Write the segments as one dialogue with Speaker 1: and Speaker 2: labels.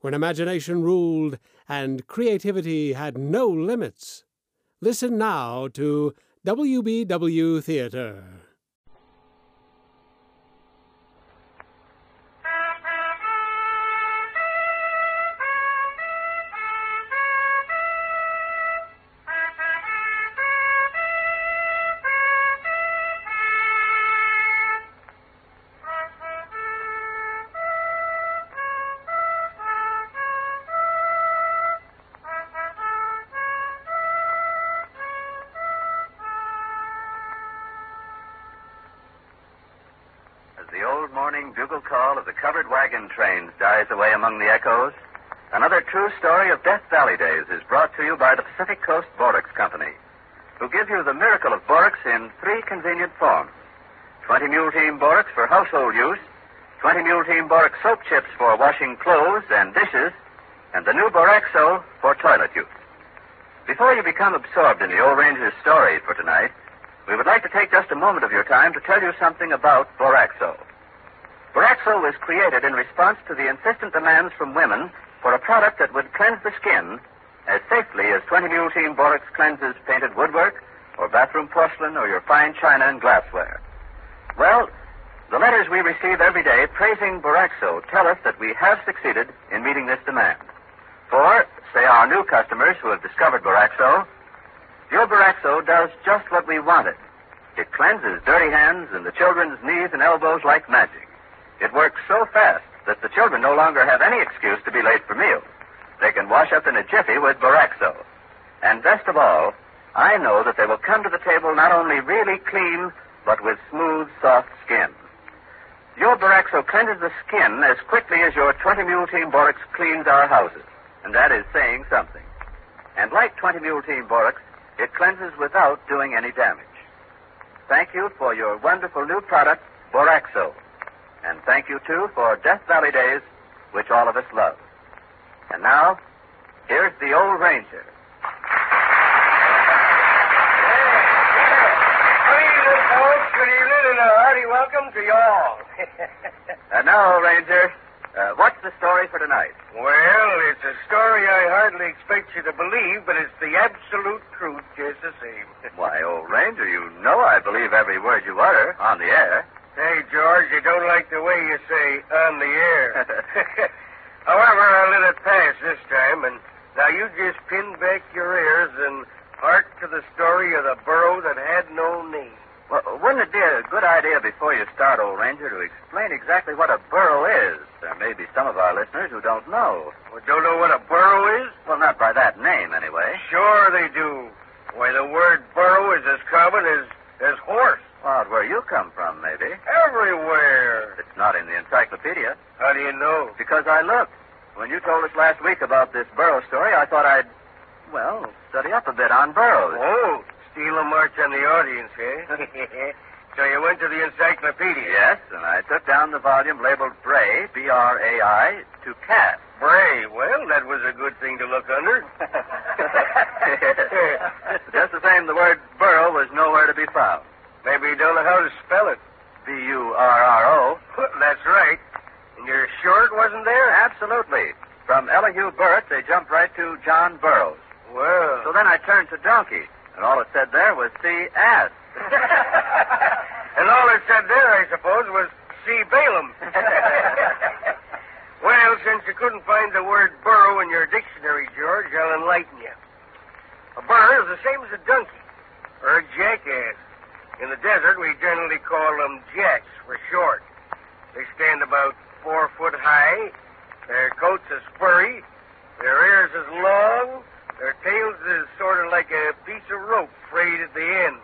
Speaker 1: when imagination ruled and creativity had no limits. Listen now to WBW Theater.
Speaker 2: As the old morning bugle call of the covered wagon trains dies away among the echoes, another true story of Death Valley days is brought to you by the Pacific Coast Borax Company, who give you the miracle of borax in three convenient forms 20 Mule Team Borax for household use, 20 Mule Team Borax soap chips for washing clothes and dishes, and the new Boraxo for toilet use. Before you become absorbed in the old ranger's story for tonight, we would like to take just a moment of your time to tell you something about Boraxo. Boraxo was created in response to the insistent demands from women for a product that would cleanse the skin as safely as 20 Mule Team Borax cleanses painted woodwork or bathroom porcelain or your fine china and glassware. Well, the letters we receive every day praising Boraxo tell us that we have succeeded in meeting this demand. For, say our new customers who have discovered Boraxo, your Boraxo does just what we wanted. It cleanses dirty hands and the children's knees and elbows like magic. It works so fast that the children no longer have any excuse to be late for meals. They can wash up in a jiffy with Boraxo. And best of all, I know that they will come to the table not only really clean, but with smooth, soft skin. Your Boraxo cleanses the skin as quickly as your 20 Mule Team Borax cleans our houses. And that is saying something. And like 20 Mule Team Borax, it cleanses without doing any damage. Thank you for your wonderful new product, Boraxo. And thank you, too, for Death Valley Days, which all of us love. And now, here's the old ranger.
Speaker 3: Good evening, folks. Good evening, and a hearty welcome to y'all.
Speaker 2: And now, old ranger, uh, what's the story for tonight?
Speaker 3: well, it's a story I hardly expect you to believe, but it's the absolute truth, just the same.
Speaker 2: Why, old ranger, you know I believe every word you utter on the air.
Speaker 3: hey, George, you don't like the way you say on the air. However, I let it pass this time, and now you just pin back your ears and hark to the story of the burro that had no name.
Speaker 2: Well, wouldn't it be a good idea before you start, old ranger, to explain exactly what a burrow is? There may be some of our listeners who don't know.
Speaker 3: Well, don't know what a burro is?
Speaker 2: Well, not by that name, anyway.
Speaker 3: Sure they do. Why, the word burro is as common as, as horse.
Speaker 2: Well, where you come from, maybe.
Speaker 3: Everywhere.
Speaker 2: It's not in the encyclopedia.
Speaker 3: How do you know?
Speaker 2: Because I looked. When you told us last week about this burrow story, I thought I'd, well, study up a bit on burrows.
Speaker 3: Oh, steal a march on the audience, eh? so you went to the encyclopedia.
Speaker 2: Yes, and I took down the volume labeled Bray, B R A I, to cat.
Speaker 3: Bray. Well, that was a good thing to look under.
Speaker 2: Just the same, the word burrow was nowhere to be found.
Speaker 3: Maybe you don't know how to spell it.
Speaker 2: B U R R O.
Speaker 3: That's right. And you're sure it wasn't there?
Speaker 2: Absolutely. From Elihu Burritt, they jumped right to John Burroughs.
Speaker 3: Well.
Speaker 2: So then I turned to donkey, and all it said there was see ass.
Speaker 3: and all it said there, I suppose, was see Balaam. well, since you couldn't find the word burro in your dictionary, George, I'll enlighten you. A burro is the same as a donkey or a jackass. In the desert, we generally call them jacks for short. They stand about four foot high. Their coats are spurry. Their ears is long. Their tails is sort of like a piece of rope frayed at the end.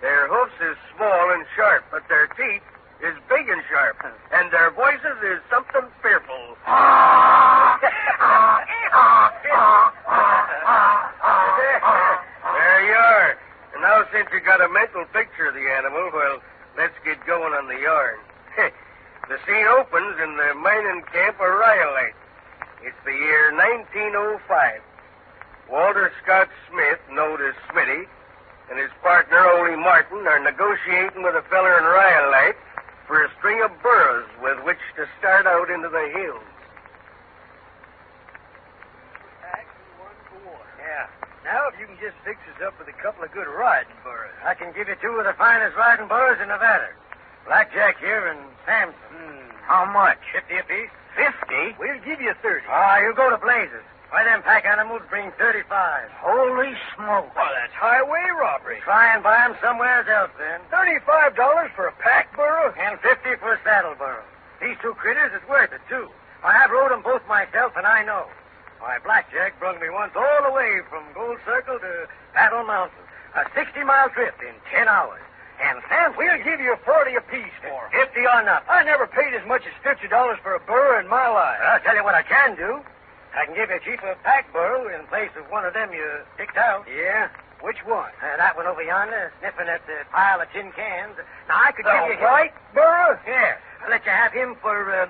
Speaker 3: Their hoofs is small and sharp, but their teeth is big and sharp. And their voices is something fearful.
Speaker 4: since you got a mental picture of the animal, well, let's get going on the yarn. the scene opens in the mining camp of Rhyolite. It's the year 1905. Walter Scott Smith, known as Smitty, and his partner, Ole Martin, are negotiating with a feller in Rhyolite for a string of burros with which to start out into the hills.
Speaker 5: pack and one for water.
Speaker 3: Yeah. Now, if you can just fix us up with a couple of good riding burros.
Speaker 5: I can give you two of the finest riding burros in Nevada. Blackjack here and Samson.
Speaker 3: How much?
Speaker 5: Fifty apiece?
Speaker 3: Fifty? Hmm. We'll give you thirty.
Speaker 5: Ah, you go to blazes. Why, them pack animals bring 35.
Speaker 3: Holy smoke. Well, that's highway robbery.
Speaker 5: Try and buy 'em somewheres else, then.
Speaker 3: Thirty-five dollars for a pack burro?
Speaker 5: And 50 for a saddle burro. These two critters is worth it, too. Why, I've rode 'em both myself, and I know. Why, Blackjack brung me once all the way from Gold Circle to Battle Mountain. A 60-mile trip in 10 hours. And Samson...
Speaker 3: We'll give you forty apiece for 'em.
Speaker 5: 50 or nothing.
Speaker 3: I never paid as much as fifty dollars for a burro in my life.
Speaker 5: Well, I'll tell you what I can do. I can give you a cheaper pack burro in place of one of them you picked out.
Speaker 3: Yeah? Which one?
Speaker 5: Uh, that one over yonder, sniffing at the pile of tin cans. Now, I could
Speaker 3: Oh,
Speaker 5: give you... him-
Speaker 3: burro?
Speaker 5: Yeah. I'll let you have him for uh,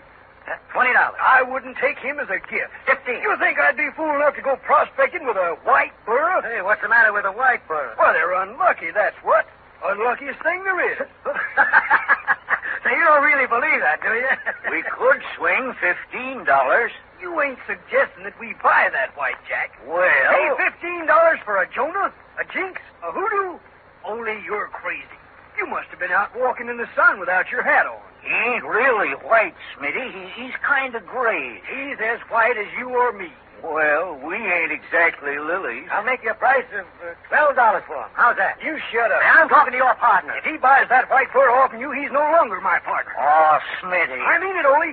Speaker 5: uh, $20.
Speaker 3: I wouldn't take him as a gift.
Speaker 5: 15
Speaker 3: You think I'd be fool enough to go prospecting with a white burro?
Speaker 5: Hey, what's the matter with a white burro?
Speaker 3: Well, they're unlucky, that's what. Unluckiest thing there is.
Speaker 5: so you don't really believe that, do you?
Speaker 2: We could swing fifteen dollars.
Speaker 3: you ain't suggesting that we buy that white jack.
Speaker 2: Well,
Speaker 3: Pay fifteen dollars for a Jonah, a Jinx, a Hoodoo? Only you're crazy. You must have been out walking in the sun without your hat on.
Speaker 2: he ain't really white, Smitty. He, he's kind of gray.
Speaker 3: He's as white as you or me.
Speaker 2: Well, we ain't exactly lilies.
Speaker 5: I'll make you a price of uh, $12 for him. How's that?
Speaker 3: You shut up.
Speaker 5: Now, I'm talking to your partner.
Speaker 3: If he buys that white fur off you, he's no longer my partner.
Speaker 2: Oh, Smitty.
Speaker 3: I mean it, Ole.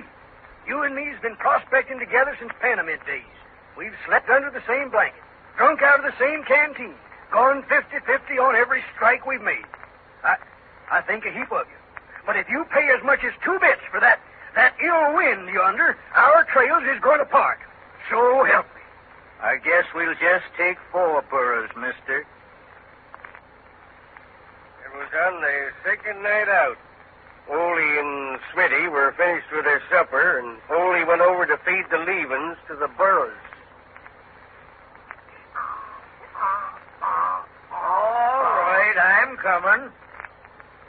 Speaker 3: You and me's been prospecting together since Panamint days. We've slept under the same blanket, drunk out of the same canteen, gone 50-50 on every strike we've made. I, I think a heap of you. But if you pay as much as two bits for that, that ill wind yonder, our trails is going to part. So help me.
Speaker 2: I guess we'll just take four burros, mister.
Speaker 4: It was on their second night out. Ole and Smitty were finished with their supper, and Ole went over to feed the leavings to the burros.
Speaker 2: All right, I'm coming.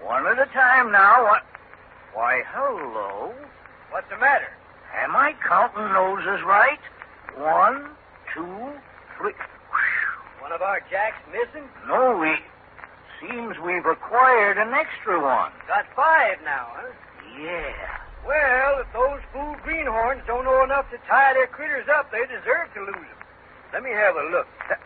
Speaker 2: One at a time now. What? Why, hello.
Speaker 3: What's the matter?
Speaker 2: Am I counting noses right? One, two, three.
Speaker 3: One of our jacks missing?
Speaker 2: No, we. Seems we've acquired an extra one.
Speaker 3: Got five now, huh?
Speaker 2: Yeah.
Speaker 3: Well, if those fool greenhorns don't know enough to tie their critters up, they deserve to lose 'em. Let me have a look. Th-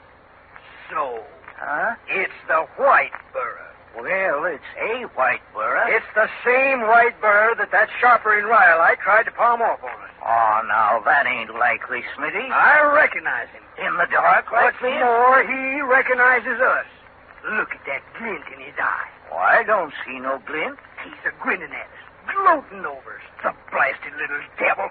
Speaker 3: So,
Speaker 2: Huh?
Speaker 3: it's the white burro.
Speaker 2: Well, it's a white burro.
Speaker 3: It's the same white burro that that sharper in Rhyolite tried to palm off on us.
Speaker 2: Oh, now that ain't likely, Smitty.
Speaker 3: I recognize him.
Speaker 2: In the dark, like
Speaker 3: What's
Speaker 2: this?
Speaker 3: more, he recognizes us. Look at that glint in his eye.
Speaker 2: Oh, I don't see no glint.
Speaker 3: He's a grinning at us, gloating over us. The blasted little devil.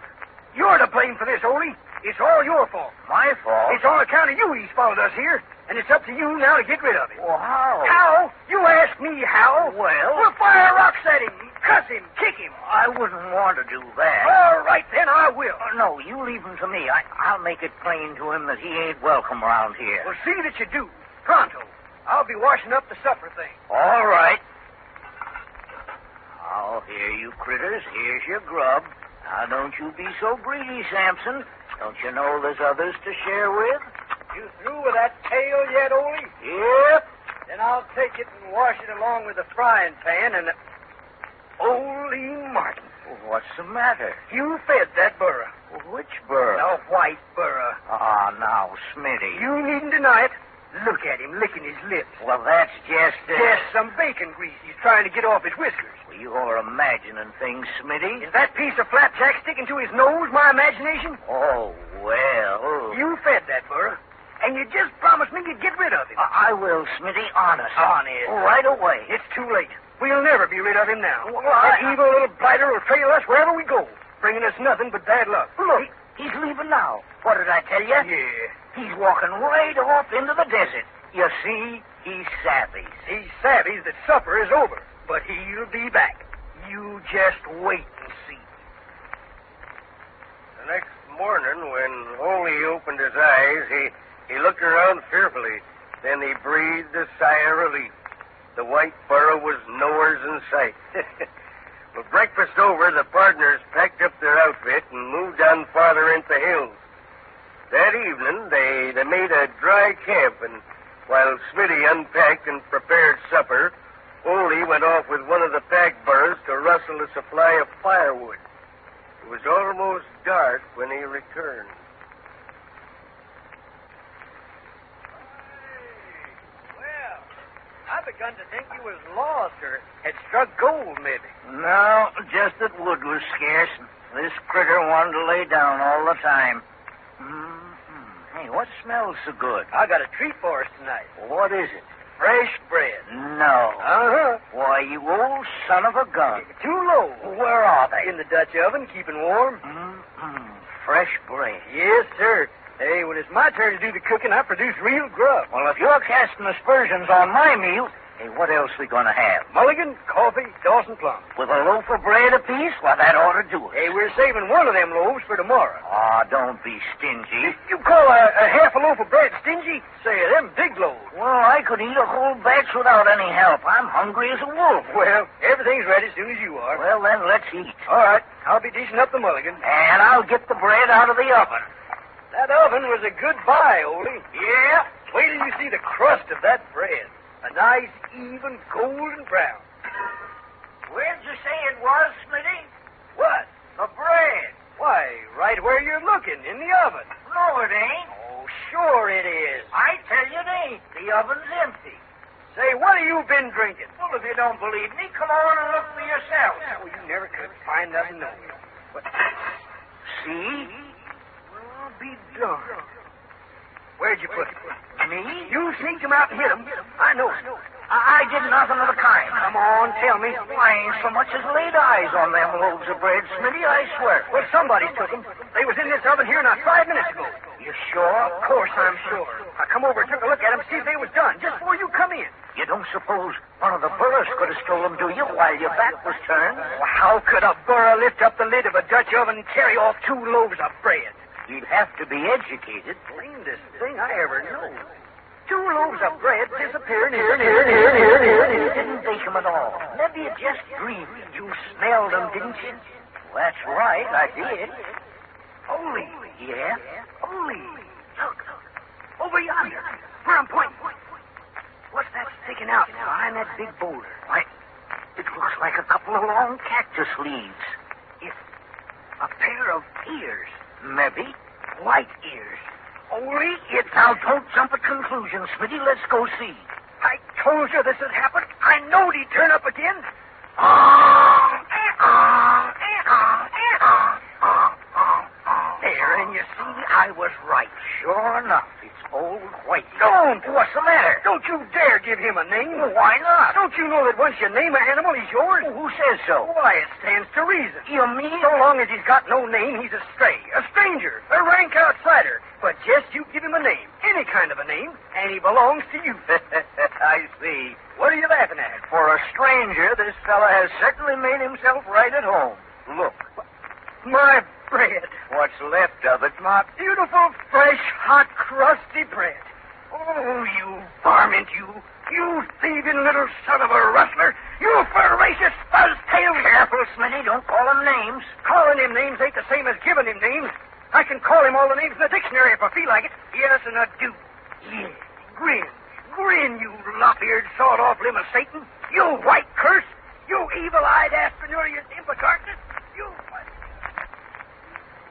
Speaker 3: You're to blame for this, Ole. It's all your fault.
Speaker 2: My fault.
Speaker 3: It's on account of you he's followed us here, and it's up to you now to get rid of him.
Speaker 2: Well, how?
Speaker 3: How? You ask me how?
Speaker 2: Oh. Well-
Speaker 3: We'll fire rocks at him, cuss him, kick him.
Speaker 2: I wouldn't want to do that.
Speaker 3: All right, then I will.
Speaker 2: Oh, no, you leave him to me. I, I'll make it plain to him that he ain't welcome around here.
Speaker 3: Well, see that you do. Pronto. I'll be washing up the supper thing.
Speaker 2: All right. Oh, here you critters. Here's your grub. Now, don't you be so greedy, Samson. Don't you know there's others to share with?
Speaker 3: You through with that tail yet, Ole?
Speaker 2: Yep.
Speaker 3: Then I'll take it and wash it along with the frying pan and. Ole Martin,
Speaker 2: What's the matter?
Speaker 3: you fed that burro.
Speaker 2: Which bird?
Speaker 3: The white burro.
Speaker 2: Ah, now, Smitty.
Speaker 3: You needn't deny it. Look at him licking his lips.
Speaker 2: Well, that's just it.
Speaker 3: There's some bacon grease he's trying to get off his whiskers.
Speaker 2: Well, You're imagining things, Smitty.
Speaker 3: Is that piece of flapjack sticking to his nose my imagination?
Speaker 2: Oh, well.
Speaker 3: You fed that burro, and you just promised me you'd get rid of him.
Speaker 2: I, I will, Smitty, honest.
Speaker 3: Honest.
Speaker 2: Right away.
Speaker 3: It's too late. We'll never be rid of him now.
Speaker 2: Well,
Speaker 3: that
Speaker 2: I-
Speaker 3: evil little blighter will trail us wherever we go, bringing us nothing but bad luck.
Speaker 2: Look, he's leaving now. What did I tell you?
Speaker 3: Yeah.
Speaker 2: He's walking right off into the desert. You see, He savvies.
Speaker 6: He savvies that supper is over, but he'll be back. You just wait and see.
Speaker 3: The next morning, when Ole opened his eyes, he, he looked around fearfully. Then he breathed a sigh of relief. The white burro was nowhere's in sight. With breakfast over, the partners packed up their outfit and moved on farther into the hills. That evening, they, they made a dry camp, and while Smitty unpacked and prepared supper, Ole went off with one of the pack burros to rustle a supply of firewood. It was almost dark when he returned.
Speaker 7: Well, I begun to think you was lost or had struck gold, maybe.
Speaker 2: No, just that wood was scarce. This critter wanted to lay down all the time. hmm Hey, what smells so good?
Speaker 7: I got a treat for us tonight.
Speaker 2: What is it?
Speaker 7: Fresh bread.
Speaker 2: No.
Speaker 7: Uh-huh.
Speaker 2: Why, you old son of a gun.
Speaker 7: Too low.
Speaker 2: Where are they?
Speaker 7: In the Dutch oven, keeping warm.
Speaker 2: hmm Fresh bread.
Speaker 7: Yes, sir. Hey, when it's my turn to do the cooking, I produce real grub.
Speaker 2: Well, if you're casting aspersions on my meal, hey, what else we gonna have?
Speaker 7: Mulligan, coffee, Dawson plum.
Speaker 2: With a loaf of bread apiece? Why, that ought to do it.
Speaker 7: Hey, we're saving one of them loaves for tomorrow.
Speaker 2: Ah, don't be stingy.
Speaker 7: You call a, a half a loaf of bread stingy? Say, them big loaves.
Speaker 2: Well, I could eat a whole batch without any help. I'm hungry as a wolf.
Speaker 7: Well, everything's ready as soon as you are.
Speaker 2: Well, then let's eat.
Speaker 7: All right, I'll be dishing up the mulligan.
Speaker 2: And I'll get the bread out of the oven.
Speaker 7: That oven was a good buy, Ole.
Speaker 2: Yeah?
Speaker 7: Wait till you see the crust of that bread. A nice, even, golden brown.
Speaker 2: Where'd you say it was, Smitty?
Speaker 7: What?
Speaker 2: The bread.
Speaker 7: Why, right where you're looking, in the oven.
Speaker 2: No, it ain't.
Speaker 7: Oh, sure it is.
Speaker 2: I tell you it ain't. The oven's empty.
Speaker 7: Say, what have you been drinking?
Speaker 2: Well, if you don't believe me, come on and look for yourself.
Speaker 7: Oh, you never could find nothing nowhere. But,
Speaker 2: See?
Speaker 7: I'll be darned. Where'd you put it?
Speaker 2: Me?
Speaker 7: You sneaked him out and hit him. I know it.
Speaker 2: I, I did nothing of the kind.
Speaker 7: Come on, tell me.
Speaker 2: I ain't so much as laid eyes on them loaves of bread, Smitty, I swear.
Speaker 7: Well, somebody took them. They was in this oven here not five minutes ago.
Speaker 2: You sure?
Speaker 7: Of course I'm sure. I come over and took a look at them, see if they was done, just before you come in.
Speaker 2: You don't suppose one of the burros could have stolen them, do you, while your back was turned?
Speaker 7: Well, how could a burro lift up the lid of a Dutch oven and carry off two loaves of bread?
Speaker 2: He'd have to be educated.
Speaker 7: Grandest thing I ever know. Two loaves of bread disappearing here and here
Speaker 2: Here,
Speaker 7: and
Speaker 2: here,
Speaker 7: here.
Speaker 2: here, here, here. Didn't bake 'em at all. Maybe you just dreamed. You smelled them, didn't you? That's right, I did. Holy. Yeah? Holy. Look, look. Over yonder. Where I'm pointing. What's that sticking out behind that big boulder? Why, it looks like a couple of long cactus leaves. If a pair of ears. Maybe. White ears. Only it's... Now, don't jump at conclusions, Smitty. Let's go see.
Speaker 7: I told you this had happened. I knowed he'd turn up again.
Speaker 2: There, and you see, I was right. Sure enough, it's old White.
Speaker 7: Don't.
Speaker 2: What's the matter?
Speaker 7: Don't you dare give him a name.
Speaker 2: Why not?
Speaker 7: Don't you know that once you name an animal, he's yours?
Speaker 2: Who says so?
Speaker 7: Why, it stands to reason.
Speaker 2: You mean?
Speaker 7: So long as he's got no name, he's a stray, a stranger, a rank outsider. But just you give him a name, any kind of a name, and he belongs to you.
Speaker 2: I see.
Speaker 7: What are you laughing at?
Speaker 2: For a stranger, this fella has certainly made himself right at home. Look,
Speaker 7: My bread.
Speaker 2: what's left of it, Mop.
Speaker 7: Beautiful, fresh, hot, crusty bread. Oh, you varmint, you. You thieving little son of a rustler. You voracious buzztail.
Speaker 2: Careful, Smitty. Don't call them names.
Speaker 7: Calling him names ain't the same as giving him names. I can call him all the names in the dictionary if I feel like it. Yes, and I do. Yes. Grin. Grin, you lop-eared, sawed-off limb of Satan. You white curse. You evil-eyed, aspinurious imp of darkness. You...
Speaker 3: Well,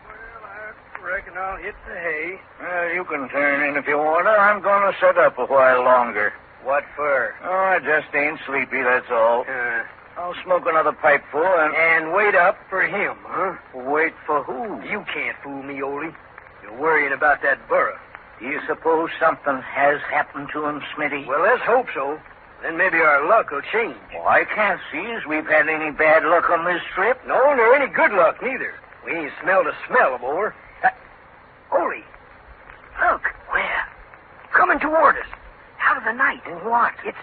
Speaker 3: I reckon I'll hit the hay.
Speaker 2: Well, you can turn in if you want to. I'm going to set up a while longer.
Speaker 3: What for?
Speaker 2: Oh, I just ain't sleepy, that's all.
Speaker 3: Uh,
Speaker 2: I'll smoke another pipeful and
Speaker 3: and wait up for him, huh?
Speaker 2: wait for who?
Speaker 7: You can't fool me, Ole. You're worrying about that burro.
Speaker 2: Do you suppose something has happened to him, Smitty?
Speaker 7: Well, let's hope so. Then maybe our luck will change.
Speaker 2: Well, I can't see as we've had any bad luck on this trip.
Speaker 7: No, nor any good luck, neither. We ain't smelled a smell aboard. Uh, Ole, look. Where? Coming toward us. Out of
Speaker 2: the night.
Speaker 6: What?
Speaker 2: It's.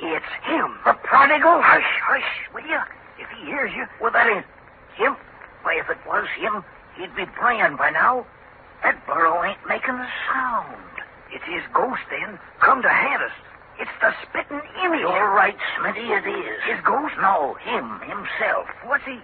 Speaker 2: It's him.
Speaker 6: The prodigal?
Speaker 2: Hush, hush, will you? If he hears you.
Speaker 6: Well, that ain't.
Speaker 2: Him? Why, if it was him, he'd be praying by now. That burro ain't making a sound. It's his ghost, then, come to hand us. It's the spitting image.
Speaker 6: All right, Smitty, it is.
Speaker 2: His ghost? No, him, himself. What's he...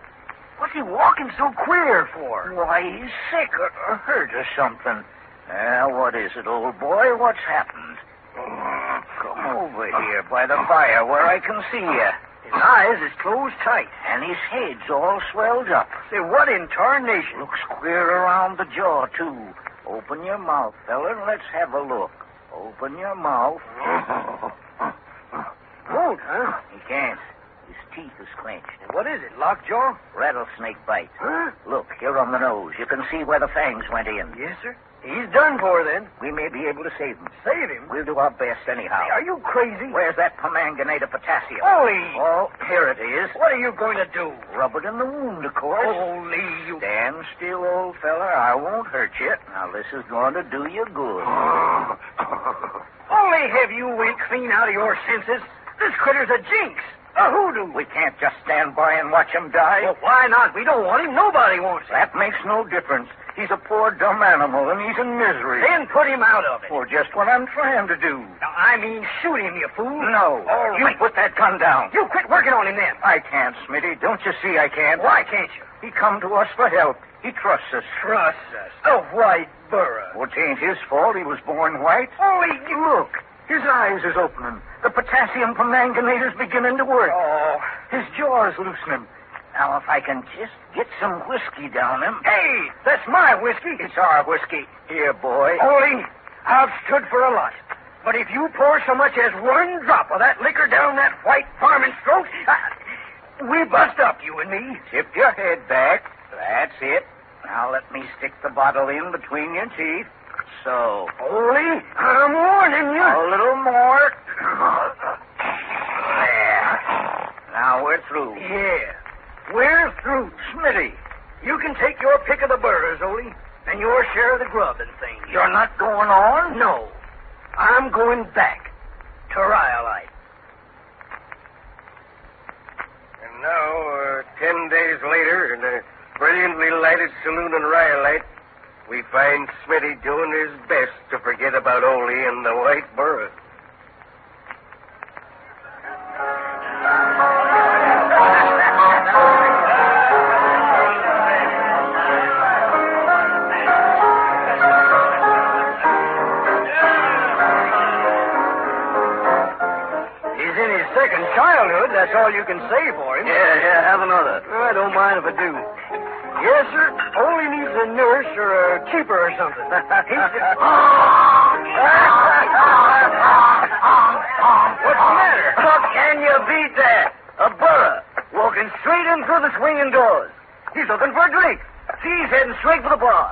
Speaker 2: What's he walking so queer for?
Speaker 6: Why, he's sick or, or hurt or something. Now, what is it, old boy? What's happened? Mm, Come over here by the fire where I can see you.
Speaker 2: His eyes is closed tight.
Speaker 6: And his head's all swelled up.
Speaker 2: Say, what in tarnation?
Speaker 6: Looks queer around the jaw, too. Open your mouth, fella, and let's have a look. Open your mouth.
Speaker 2: Won't, huh?
Speaker 6: He can't. His teeth is clenched.
Speaker 2: What is it, lockjaw?
Speaker 6: Rattlesnake bite.
Speaker 2: Huh?
Speaker 6: Look, here on the nose. You can see where the fangs went in.
Speaker 2: Yes, sir. He's done for, then.
Speaker 6: We may be able to save him.
Speaker 2: Save him?
Speaker 6: We'll do our best anyhow.
Speaker 2: Hey, are you crazy?
Speaker 6: Where's that permanganate of potassium?
Speaker 2: Holy!
Speaker 6: Oh, here it is.
Speaker 2: What are you going to do?
Speaker 6: Rub it in the wound, of course.
Speaker 2: Holy, you...
Speaker 6: Stand still, old fella. I won't hurt you. Now, this is going to do you good.
Speaker 2: Oh. Holy, have you went clean out of your senses? This critter's a jinx. A hoodoo. Oh.
Speaker 6: We can't just stand by and watch him die.
Speaker 2: Well, why not? We don't want him. Nobody wants him.
Speaker 6: That makes no difference. He's a poor, dumb animal, and he's in misery.
Speaker 2: Then put him out of it.
Speaker 6: Or just what I'm trying to do.
Speaker 2: Now, I mean, shoot him, you fool.
Speaker 6: No.
Speaker 2: All
Speaker 6: you
Speaker 2: right.
Speaker 6: put that gun down.
Speaker 2: You quit working on him then.
Speaker 6: I can't, Smitty. Don't you see I can't?
Speaker 2: Why can't you?
Speaker 6: He come to us for help. He trusts us. Oh,
Speaker 2: Trust us. The white burro.
Speaker 6: Well, it ain't his fault. He was born white.
Speaker 2: Holy,
Speaker 6: Look, his eyes is opening. The potassium permanganator's beginning to work.
Speaker 2: Oh.
Speaker 6: His jaw's loosening. Now, if I can just get some whiskey down him.
Speaker 2: Hey, that's my whiskey.
Speaker 6: It's our whiskey. Here, boy.
Speaker 2: Holy, I've stood for a lot. But if you pour so much as one drop of that liquor down that white farming throat, I, we bust up, you and me.
Speaker 6: Tip your head back. That's it. Now let me stick the bottle in between your teeth. So.
Speaker 2: Holy, I'm warning you.
Speaker 6: A little more. There. Now we're through.
Speaker 2: Yeah. We're through. Smitty, you can take your pick of the burrs, Ole, and your share of the grub and things.
Speaker 6: You're not going on?
Speaker 2: No. I'm going back to Rhyolite.
Speaker 3: And now, uh, ten days later, in
Speaker 6: uh,
Speaker 3: a brilliantly lighted saloon in Rhyolite, we find Smitty doing his best to forget about Ole and the White Burro.
Speaker 2: He's in his second childhood. That's all you can say for him.
Speaker 8: Yeah, yeah, have another.
Speaker 2: I don't mind if I do. Yes, sir. Only needs a nurse or a keeper or something. He's What's the matter?
Speaker 8: How can you beat that? A burra walking straight in through the swinging doors. He's looking for a drink. She's heading straight for the bar.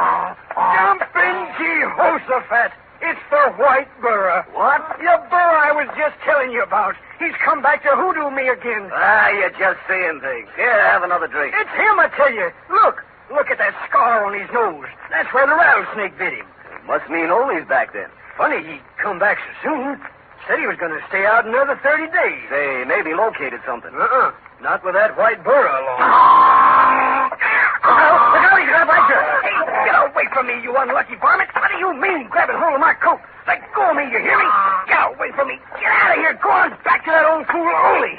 Speaker 2: Jumping Jehoshaphat! It's the white burra.
Speaker 8: What?
Speaker 2: The burra I was just telling you about. He's come back to hoodoo me again.
Speaker 8: Ah, you're just seeing things. Here, have another drink.
Speaker 2: It's him, I tell you. Look. Look at that scar on his nose. That's where the rattlesnake bit him.
Speaker 8: Must mean Ole's back then.
Speaker 2: Funny he come back so soon. Said he was going to stay out another 30 days.
Speaker 8: They maybe located something.
Speaker 2: Uh-uh. Not with that white burro along. Oh, look Ah! out, he's gonna bite you. Hey, get away from me, you unlucky varmint. What do you mean, grabbing hold of my coat? Let go of me, you hear me? Get away from me. Get out of here. Go on back to that old fool Ole.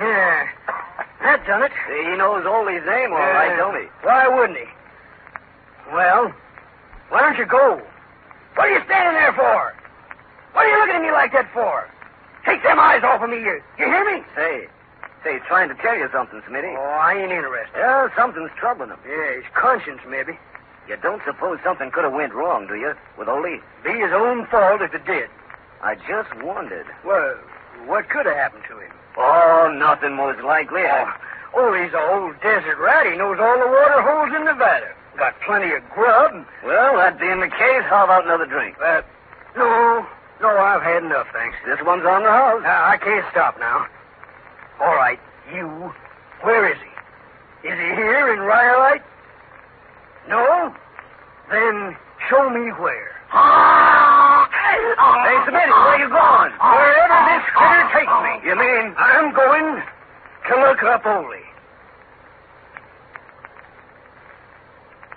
Speaker 2: Yeah. That done it.
Speaker 8: He knows Ole's name all right, don't he?
Speaker 2: Why wouldn't he? Well, why don't you go? What are you standing there for? What are you looking at me like that for? Take them eyes off of me, you. You hear me?
Speaker 8: Say, say, he's trying to tell you something, Smitty.
Speaker 2: Oh, I ain't interested.
Speaker 8: Yeah, something's troubling him.
Speaker 2: Yeah, his conscience, maybe.
Speaker 8: You don't suppose something could have went wrong, do you, with Ole?
Speaker 2: Be his own fault if it did.
Speaker 8: I just wondered.
Speaker 2: Well, what could have happened to him?
Speaker 8: Oh, nothing most likely.
Speaker 2: Oh, oh, he's an old desert rat. He knows all the water holes in Nevada. Got plenty of grub. and-
Speaker 8: Well, that being the case, how about another drink?
Speaker 2: Uh, no, no, I've had enough, thanks.
Speaker 8: This one's on the house.
Speaker 2: Now, I can't stop now. All right, you. Where is he? Is he here in Rhyolite?
Speaker 6: Then show me where.
Speaker 2: Hey,
Speaker 6: Hey, Smitty, where you going?
Speaker 3: Wherever this critter takes me.
Speaker 6: You mean I'm going to look up Ole.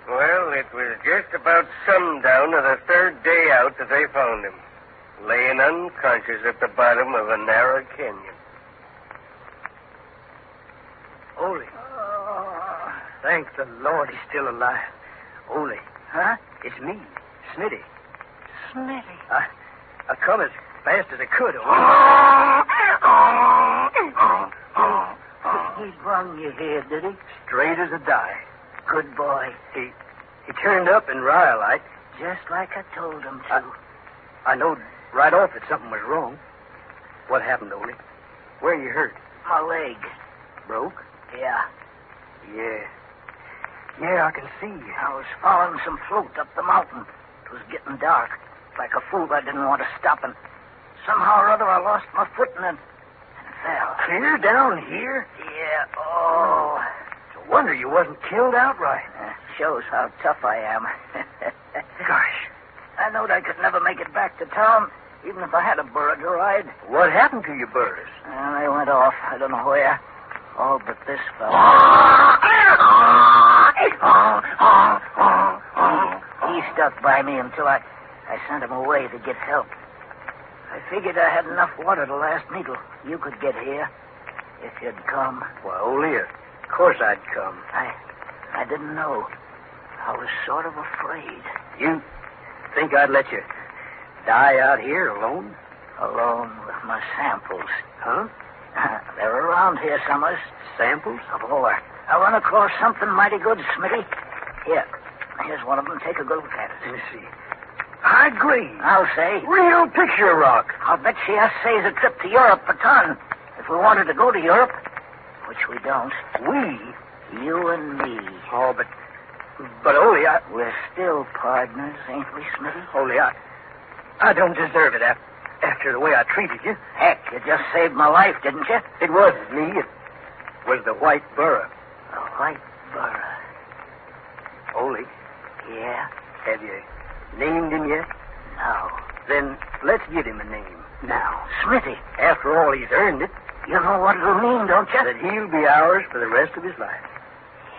Speaker 3: Well, it was just about sundown of the third day out that they found him, laying unconscious at the bottom of a narrow canyon.
Speaker 6: Ole. Thank the Lord he's still alive. Ole.
Speaker 2: Huh?
Speaker 6: It's me, Smitty.
Speaker 2: Smitty.
Speaker 6: I, I come as fast as I could, Ole.
Speaker 2: He brung you here, did he?
Speaker 6: Straight as a die.
Speaker 2: Good boy.
Speaker 6: He he turned up in Rhyolite.
Speaker 2: Just like I told him to.
Speaker 6: I, I knowed right off that something was wrong. What happened, Ole? Where you hurt?
Speaker 2: My leg.
Speaker 6: Broke?
Speaker 2: Yeah.
Speaker 6: Yeah. Yeah, I can see.
Speaker 2: I was following some float up the mountain. It was getting dark. Like a fool, I didn't want to stop him. Somehow or other, I lost my footing and, and fell.
Speaker 6: Clear down here?
Speaker 2: Yeah, oh.
Speaker 6: It's a wonder you wasn't killed outright.
Speaker 2: That shows how tough I am.
Speaker 6: Gosh.
Speaker 2: I knowed I could never make it back to town, even if I had a burro to ride.
Speaker 6: What happened to you, Burris?
Speaker 2: And they went off. I don't know where. All but this fellow. He stuck by me until I, I sent him away to get help. I figured I had enough water to last me till you could get here. If you'd come.
Speaker 6: Why, Ole, of course I'd come.
Speaker 2: I I didn't know. I was sort of afraid.
Speaker 6: You think I'd let you die out here alone?
Speaker 2: Alone with my samples.
Speaker 6: Huh?
Speaker 2: They're around here, Summers.
Speaker 6: Samples?
Speaker 2: Aboard. I run across something mighty good, Smitty. Here. Here's one of them. Take a good look at
Speaker 6: Let
Speaker 2: it.
Speaker 6: me see. High grade.
Speaker 2: I'll say.
Speaker 6: Real picture rock.
Speaker 2: I'll bet she has saves a trip to Europe for ton. If we wanted to go to Europe, which we don't,
Speaker 6: We?
Speaker 2: you and me.
Speaker 6: Oh, but. But, Ole, I.
Speaker 2: We're still partners, ain't we, Smitty?
Speaker 6: Ole, I. I don't deserve it after, after the way I treated you.
Speaker 2: Heck, you just saved my life, didn't you?
Speaker 6: It wasn't me. It was the white burro.
Speaker 2: The white burra.
Speaker 6: Ole,
Speaker 2: Yeah?
Speaker 6: have you named him yet?
Speaker 2: No.
Speaker 6: Then let's give him a name.
Speaker 2: Now, Smitty,
Speaker 6: After all, he's earned it.
Speaker 2: you know what it'll mean, don't you?
Speaker 6: That he'll be ours for the rest of his life.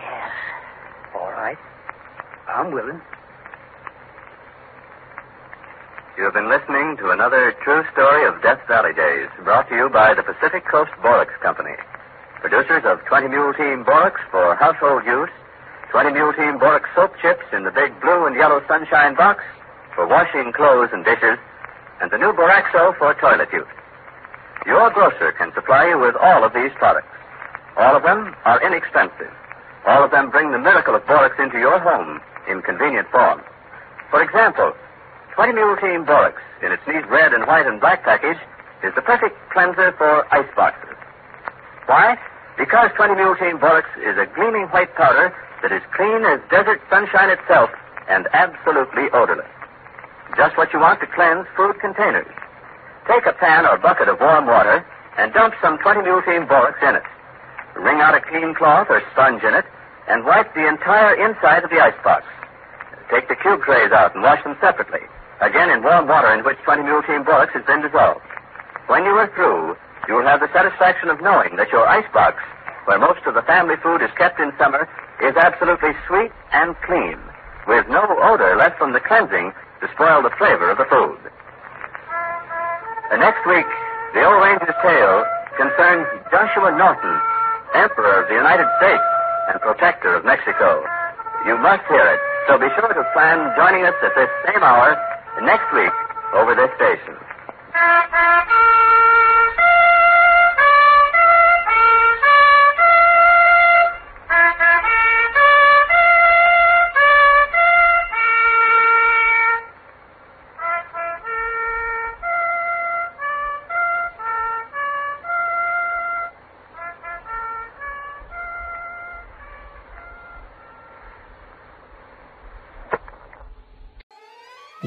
Speaker 2: Yes.
Speaker 6: All right. I'm willing.
Speaker 8: You have been listening to another true story of Death Valley Days, brought to you by the Pacific Coast Borax Company, producers of 20 Mule Team Borax for household use, 20 Mule Team Borax soap chips in the big blue and yellow sunshine box for washing clothes and dishes, and the new Boraxo for toilet use. Your grocer can supply you with all of these products. All of them are inexpensive. All of them bring the miracle of borax into your home in convenient form. For example, 20 Mule Team Borax, in its neat red and white and black package, is the perfect cleanser for ice boxes. Why? Because 20 Mule Team Borax is a gleaming white powder that is clean as desert sunshine itself and absolutely odorless. Just what you want to cleanse food containers. Take a pan or bucket of warm water and dump some 20 Mule Team Borax in it. Wring out a clean cloth or sponge in it and wipe the entire inside of the icebox. Take the cube trays out and wash them separately. Again, in warm water in which 20 Mule Team Borax has been dissolved. When you are through, you will have the satisfaction of knowing that your icebox, where most of the family food is kept in summer, is absolutely sweet and clean, with no odor left from the cleansing to spoil the flavor of the food. And next week, the old ranger's tale concerns Joshua Norton, Emperor of the United States and Protector of Mexico. You must hear it, so be sure to plan joining us at this same hour next week over this station.